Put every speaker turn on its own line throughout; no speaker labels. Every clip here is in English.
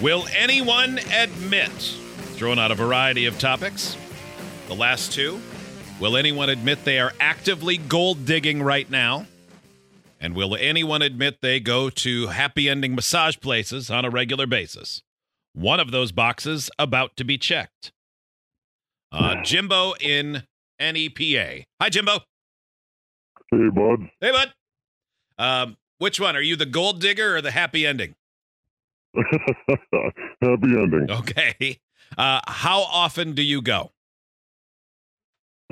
Will anyone admit? Throwing out a variety of topics. The last two. Will anyone admit they are actively gold digging right now? And will anyone admit they go to happy ending massage places on a regular basis? One of those boxes about to be checked. Uh, Jimbo in NEPA. Hi, Jimbo.
Hey, bud.
Hey, bud. Um, which one? Are you the gold digger or the happy ending?
Happy ending.
Okay. Uh, how often do you go?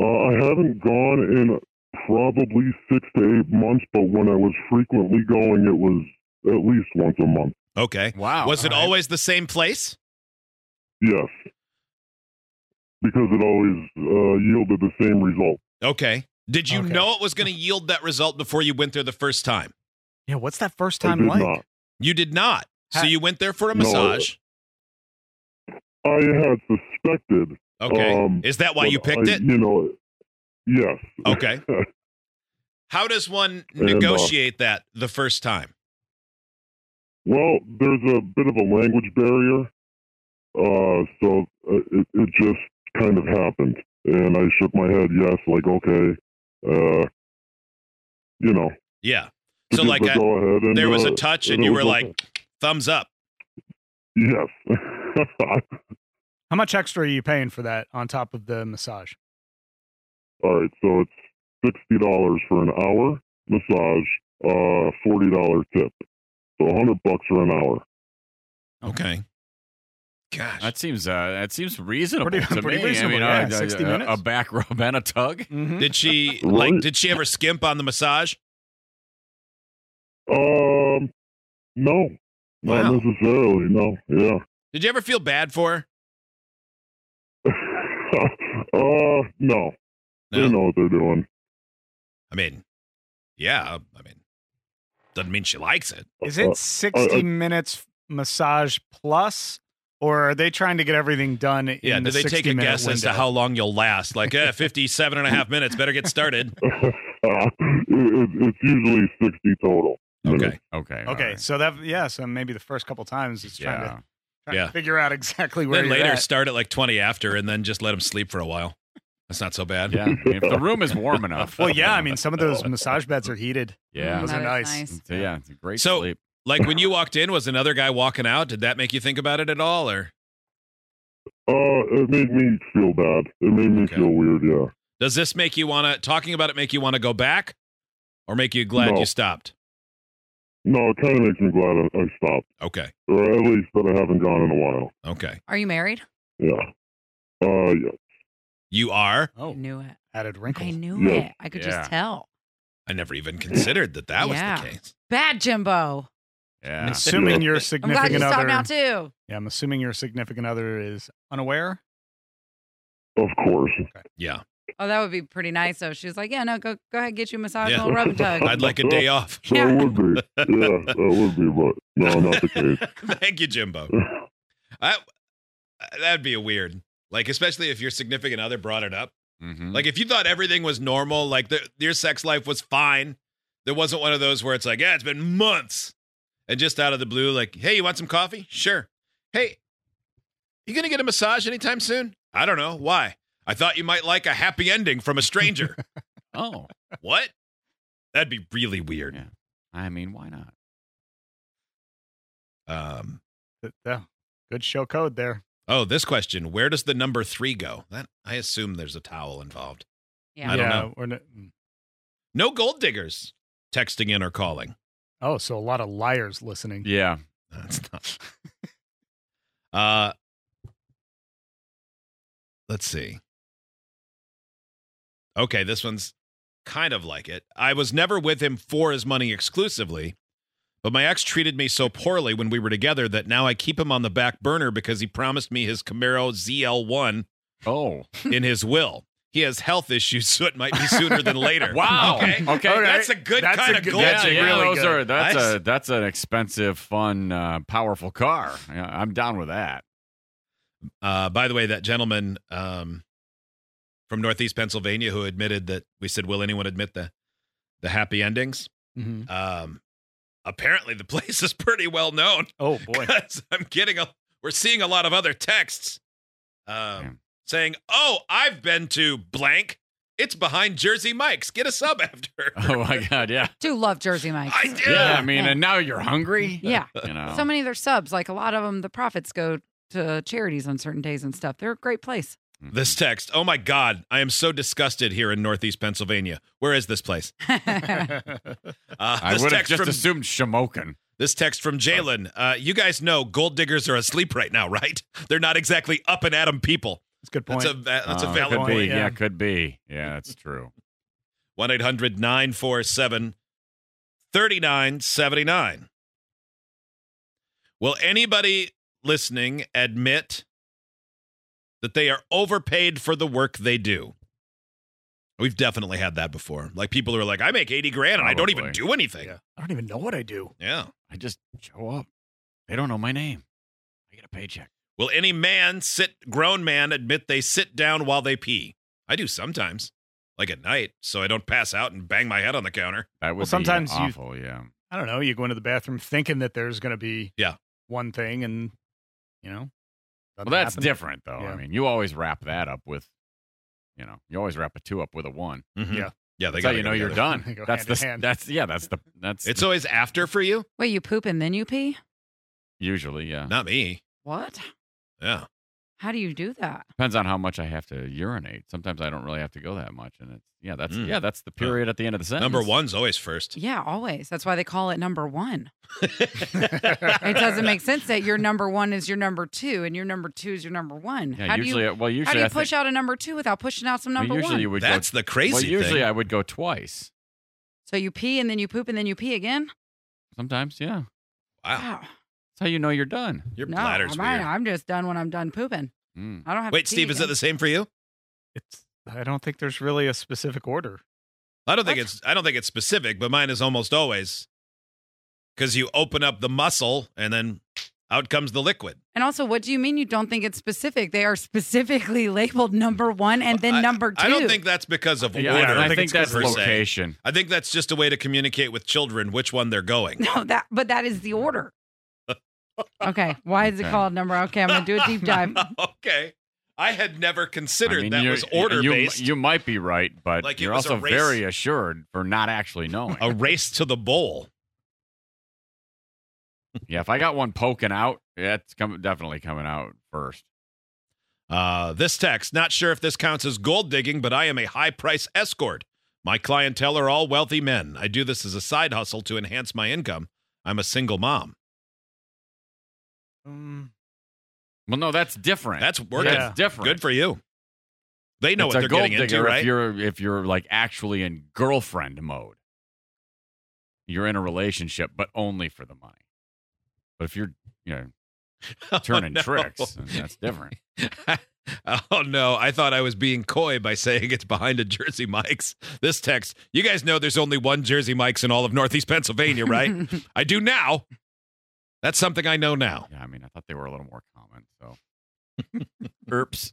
Uh, I haven't gone in probably six to eight months, but when I was frequently going, it was at least once a month.
Okay.
Wow.
Was it
Oh, All right.
always the same place?
Yes. Because it always uh, yielded the same result.
Okay. Did you
Okay.
know it was going to yield that result before you went there the first time?
Yeah, what's that first
I
time
did
like?
not.
You did not. So
Ha-
you went there for a
No.
massage.
I had suspected.
Okay.
Um,
Is that why
but
you picked
I-
it? Oh,
You know, yes.
Okay. How does one
And, uh,
negotiate that the first time?
Well, there's a bit of a language barrier, uh, so uh, it, it just kind of happened, and I shook my head yes, like okay, uh, you know.
Yeah.
to
So
give
like
the
I,
go-ahead and,
there was
uh,
a touch
and
and
it
you
was
were
okay.
like thumbs up.
yes.
How much extra are you paying for that on top of the massage?
All right, so it's sixty dollars for an hour massage, uh, forty dollar tip, so hundred bucks for an hour.
Okay. Gosh.
That seems uh, that seems reasonable
Pretty-
to
pretty
me.
reasonable,
I mean,
yeah,
a-
60
a- a,
minutes.
back rub and a tug.
Mm-hmm.
did she
Right.
like did she ever skimp on the massage?
Um, no,
Wow.
not necessarily. No, yeah.
Did you ever feel bad for her?
uh, no.
No.
They know what they're doing.
I mean, yeah, I mean doesn't mean she likes it.
Is
Uh,
it 60 minutes massage plus, or are they trying to get everything done in
Yeah, do
the
they take a
60-minute
guess as to
window?
how long you'll last? Like, eh, 57 and a half minutes, better get started.
it, it, it's usually 60 total. minutes.
Okay.
Okay. all
Okay,
right.
so that yeah, so maybe the first couple times it's trying, to,
Yeah.
trying to
Yeah.
figure out exactly where
Then
you're
later
at.
start at like 20 after and then just let them sleep for a while. That's not so bad.
Yeah. I mean, if the room is warm enough.
Well, yeah, I mean some of those massage beds are heated.
Yeah.
Those are
That is
nice.
So, yeah, it's a great
So-
sleep.
Like when you walked in, was another guy walking out? Did that make you think about it at all? Or
Uh, it made me feel bad. It made me
Okay.
feel weird, yeah.
does this make you want to, talking about it, make you want to go back or make you glad
No.
you stopped?
No, it kind of makes me glad I, I stopped,
Okay.
or at least that I haven't gone in a while.
Okay.
Are you married?
Yeah. Uh, yeah.
You are?
Oh,
Knew it.
added wrinkle.
I knew
Yeah.
it. I could
Yeah.
just tell.
I never even considered that that
Yeah.
was the case.
Bad Jimbo.
I'm
Yeah.
assuming your
I'm glad you
significant
saw
other.
now too.
Yeah, I'm assuming your significant other is unaware.
Of course.
Yeah.
Oh, that would be pretty nice. though. she was like, "Yeah, no, go go ahead, get you a massage,
Yeah.
a little rub and tug."
I'd like a day off.
That
Yeah.
would be. Yeah, that would be, but no, not the case.
Thank you, Jimbo. I, that'd be weird. Like, especially if your significant other brought it up.
Mhm.
Like if you thought everything was normal, like the, your sex life was fine, there wasn't one of those where it's like, yeah, it's been months, and just out of the blue, like, hey, you want some coffee? Sure. Hey, you gonna get a massage anytime soon? I don't know why. I thought you might like a happy ending from a stranger.
oh.
what? That'd be really weird.
Yeah. I mean, why not?
Um.
Th- yeah, Good show code there.
Oh, this question: Where does the number three go? That I assume there's a towel involved.
Yeah.
I don't
yeah,
know.
we're n- mm.
No gold diggers texting in or calling.
oh, so a lot of liars listening.
Yeah.
That's not. uh, let's see. Okay, this one's kind of like it. I was never with him for his money exclusively, but my ex treated me so poorly when we were together that now I keep him on the back burner because he promised me his Camaro ZL1
Oh.
in his will. He has health issues, so it might be sooner than later.
Wow.
Okay.
Okay.
All right.
That's a good
That's
kind
a
of
good-
gold.
Yeah,
That's
yeah,
really
those
good.
are that's
That's-
a that's an expensive, fun, uh, powerful car. Yeah, I'm down with that.
Uh, by the way, that gentleman um, from Northeast Pennsylvania who admitted that we said, "Will anyone admit the the happy endings?"
Mhm.
Um, apparently, the place is pretty well known
Oh boy.
because I'm getting a We're seeing a lot of other texts um,
Yeah.
saying, "Oh, I've been to blank. It's behind Jersey Mike's. Get a sub after."
Oh my god, yeah.
Do love Jersey Mike's.
I Oh. do.
Yeah,
Yeah.
I mean, and now you're hungry.
Yeah.
You know.
So many of their subs, like a lot of them, the profits go to charities on certain days and stuff. They're a great place.
Mm.
This text. Oh my God, I am so disgusted here in Northeast Pennsylvania. Where is this place? Uh,
I
this
would have
text
just
from
assumed Shamokin.
this text from Jalen. Uh, you guys know gold diggers are asleep right now, right? They're not exactly up and at 'em people.
That's a good point.
That's a va- that's a
Uh,
valid
could
point.
Be.
yeah.
Yeah. could be. Yeah, that's true.
1 800 947 3979. Will anybody listening admit that they are overpaid for the work they do? We've definitely had that before. Like people who are like, I make 80 grand and I don't even
Probably.
do anything. Yeah.
Yeah. I don't even know what I do.
I just show up. They don't know my name. I get a paycheck.
Will any man, sit grown man, admit they sit down while they pee? I do sometimes, like at night, so I don't pass out and bang my head on the counter.
That would
Well, sometimes
be
you-
awful. Yeah.
I don't know. You go into the bathroom thinking that there's going to be
Yeah.
one thing, and you know,
Well, that's
different.
different though. I
Yeah.
mean, you always wrap that up with, you know, you always wrap a two up with a one.
Mhm.
Yeah.
Yeah, they
That's how
got
you know you're
They
done.
go
That's
hand in
the.
hand.
That's yeah. That's the. That's
It's
the-
always after for you?
Wait, you poop and then you pee?
usually yeah.
Not me.
What?
Yeah.
How do you do that?
Depends on how much I have to urinate. Sometimes I don't really have to go that much, and it's yeah. That's
Mm.
yeah. That's the period at the end of the sentence.
Number one's always first.
Yeah, always. That's why they call it number one. It
it
doesn't make sense that your number one is your number two and your number two is your number one.
Yeah.
how do you
usually, well, usually
how do
I
you
think-
push out a number two without pushing out some
well,
number
usually
one?
you would
That's the
go.
crazy
Well, usually
thing.
I would go twice.
so you pee and then you poop and then you pee again?
Sometimes, yeah.
wow.
That's how you know you're done.
Uh, Your
no,
bladder's
mine-
weird.
I'm just done when I'm done pooping.
Mm.
I don't have
Wait,
to pee
Steve, is that
again.
the same for you?
It's. I don't think there's really a specific order.
I don't think
What?
it's I don't think it's specific, but mine is almost always because you open up the muscle and then out comes the liquid.
And also, what do you mean you don't think it's specific? They are specifically labeled number one and then
I-
number two.
I don't think that's because of
Yeah,
order.
and I think,
it's
that's
per se.
location.
I think that's just a way to communicate with children which one they're going.
no that, but that is the order. Okay, why is it
Okay.
called number? Okay, I'm gonna do a deep dive.
okay. I had never considered
I mean,
that
you-
was order
you,
based.
You might be right, but
Like it
you're
was a
also
race.
very assured for not actually knowing.
a race to the bowl.
yeah, if I got one poking out, yeah, it's com- definitely coming out first.
Uh, this text, not sure if this counts as gold digging, but I am a high price escort. My clientele are all wealthy men. I do this as a side hustle to enhance my income. I'm a single mom.
Um,
Well, no, that's different.
That's working.
That's different.
Good for you. They know
it's
what they're
a gold
getting
digger
into, right?
if you're if you're like actually in girlfriend mode. You're in a relationship, but only for the money. But if you're you know turning
Oh, no.
tricks, then that's different.
oh no, I thought I was being coy by saying it's behind a Jersey Mike's. This text, you guys know there's only one Jersey Mike's in all of Northeast Pennsylvania, right? I do now. That's something I know now.
Yeah, I mean, I thought they were a little more common. So, oops.